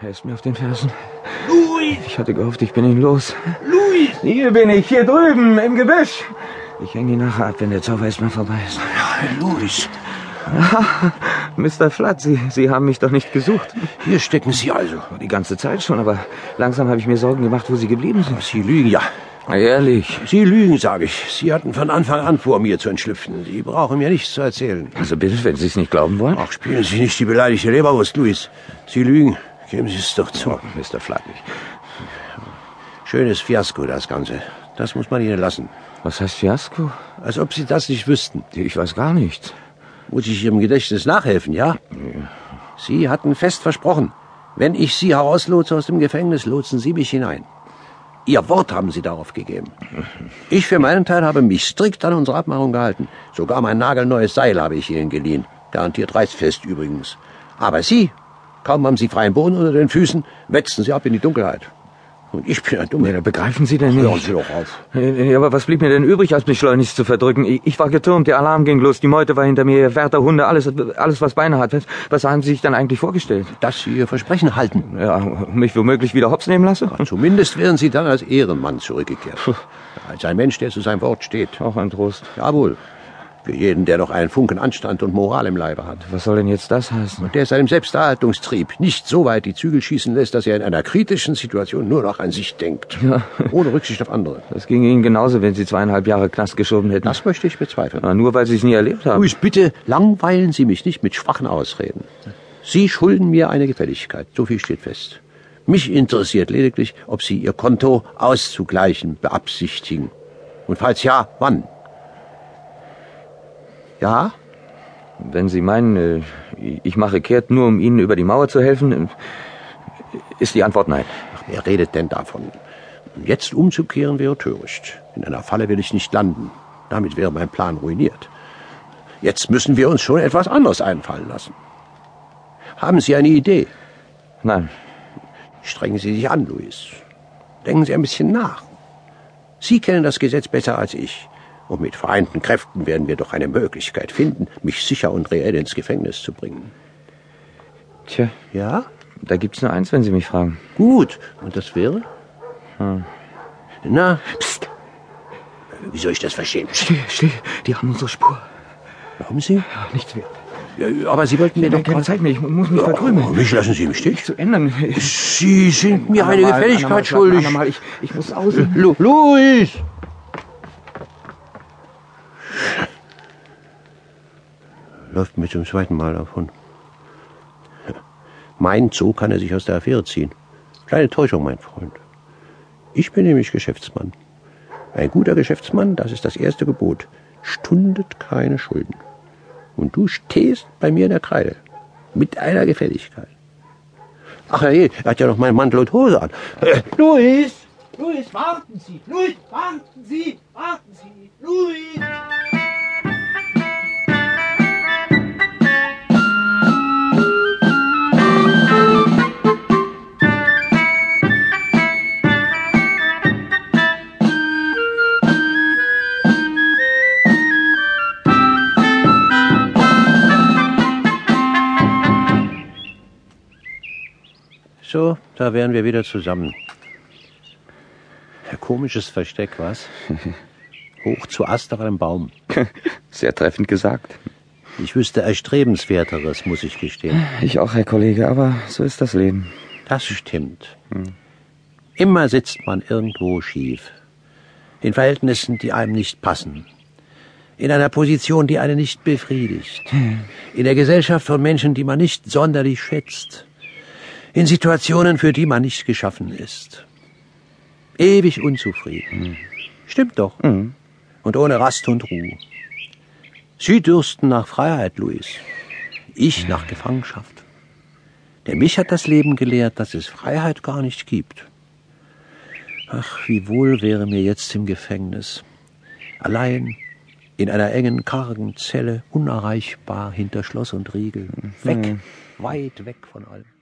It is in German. Helft mir auf den Fersen. Louis! Ich hatte gehofft, ich bin ihn los. Louis! Hier bin ich, hier drüben, im Gebüsch. Ich hänge ihn nachher ab, wenn der Zauber erstmal vorbei ist. Louis, Mr. Flatt, Sie, Sie haben mich doch nicht gesucht. hier stecken Sie also. Die ganze Zeit schon, aber langsam habe ich mir Sorgen gemacht, wo Sie geblieben sind. Sie lügen ja. Ehrlich. Sie lügen, sage ich. Sie hatten von Anfang an vor, mir zu entschlüpfen. Sie brauchen mir nichts zu erzählen. Also bitte, wenn Sie es nicht glauben wollen. Ach, spielen Sie nicht die beleidigte Leberwurst, Louis. Sie lügen. Geben Sie es doch zu. Mr. Flatt, ich- Schönes Fiasko, das Ganze. Das muss man Ihnen lassen. was heißt Fiasko? Als ob Sie das nicht wüssten. Ich weiß gar nichts. Muss ich Ihrem Gedächtnis nachhelfen, ja? Sie hatten fest versprochen, wenn ich Sie herauslotse aus dem Gefängnis, lotsen Sie mich hinein. Ihr Wort haben Sie darauf gegeben. Ich für meinen Teil habe mich strikt an unsere Abmachung gehalten. Sogar mein nagelneues Seil habe ich Ihnen geliehen. Garantiert reißfest übrigens. Aber Sie, kaum haben Sie freien Boden unter den Füßen, wetzen Sie ab in die Dunkelheit. Und ich bin ein Ja, Dummer. da begreifen Sie denn Hören nicht. Sie doch auf. Äh, Aber was blieb mir denn übrig, als mich schleunigst zu verdrücken? Ich, ich war getürmt, der Alarm ging los, die Meute war hinter mir, Wärter, Hunde, alles, alles was Beine hat. Was, was haben Sie sich dann eigentlich vorgestellt? Dass Sie Ihr Versprechen halten. Ja, mich womöglich wieder hops nehmen lasse? Zumindest wären Sie dann als Ehrenmann zurückgekehrt. Als ein Mensch, der zu seinem Wort steht. Auch ein Trost. Jawohl. Für jeden, der noch einen Funken Anstand und Moral im Leibe hat. Was soll denn jetzt das heißen? Der seinem Selbsterhaltungstrieb nicht so weit die Zügel schießen lässt, dass er in einer kritischen Situation nur noch an sich denkt. Ohne Rücksicht auf andere. Das ging Ihnen genauso, wenn Sie zweieinhalb Jahre Knast geschoben hätten. Das möchte ich bezweifeln. Na, nur weil Sie es nie erlebt haben. Luis, bitte langweilen Sie mich nicht mit schwachen Ausreden. Sie schulden mir eine Gefälligkeit. So viel steht fest. Mich interessiert lediglich, ob Sie Ihr Konto auszugleichen beabsichtigen. Und falls ja, wann? Ja? Wenn Sie meinen, äh, ich mache kehrt nur, um Ihnen über die Mauer zu helfen, äh, ist die Antwort nein. Wer redet denn davon? Jetzt umzukehren wäre töricht. In einer Falle will ich nicht landen. Damit wäre mein Plan ruiniert. Jetzt müssen wir uns schon etwas anderes einfallen lassen. Haben Sie eine Idee? Nein. Strengen Sie sich an, Luis. Denken Sie ein bisschen nach. Sie kennen das Gesetz besser als ich. Und mit vereinten Kräften werden wir doch eine Möglichkeit finden, mich sicher und reell ins Gefängnis zu bringen. Tja, Ja? da gibt's nur eins, wenn Sie mich fragen. Gut. Und das wäre? Na, pst. Wie soll ich das verstehen? Still, still, die haben unsere Spur. Glauben Sie? Ja, nichts mehr. Ja, Aber Sie wollten mir Ich doch habe keine gerade... Zeit mehr, ich muss mich Oh, verkrümeln. mich lassen Sie im Stich? Zu ändern. Sie sind mir eine Andermal, andermal, Gefälligkeit schuldig. andermal, Ich, ich muss außen. Lu Luis! Läuft mir zum zweiten Mal davon. Mein Zoo kann er sich aus der Affäre ziehen. Kleine Täuschung, mein Freund. Ich bin nämlich Geschäftsmann. Ein guter Geschäftsmann, das ist das erste Gebot. Stundet keine Schulden. Und du stehst bei mir in der Kreide. Mit einer Gefälligkeit. Ach ja, je, er hat ja noch meinen Mantel und Hose an. Äh, Luis! Luis, warten Sie! Luis, warten Sie! Warten Sie! Luis! So, da wären wir wieder zusammen. Ein komisches Versteck, was? Hoch zu Ast auf einem Baum. Sehr treffend gesagt. Ich wüsste erstrebenswerteres, muss ich gestehen. Ich auch, Herr Kollege, aber so ist das Leben. Das stimmt. Immer sitzt man irgendwo schief. In Verhältnissen, die einem nicht passen. In einer Position, die einen nicht befriedigt. In der Gesellschaft von Menschen, die man nicht sonderlich schätzt. In Situationen, für die man nicht geschaffen ist. Ewig unzufrieden. Stimmt doch. Und ohne Rast und Ruhe. Sie dürsten nach Freiheit, Luis. Ich nach Gefangenschaft. Denn mich hat das Leben gelehrt, dass es Freiheit gar nicht gibt. Ach, wie wohl wäre mir jetzt im Gefängnis. Allein, in einer engen, kargen Zelle, unerreichbar hinter Schloss und Riegel. Weg, weit weg von allem.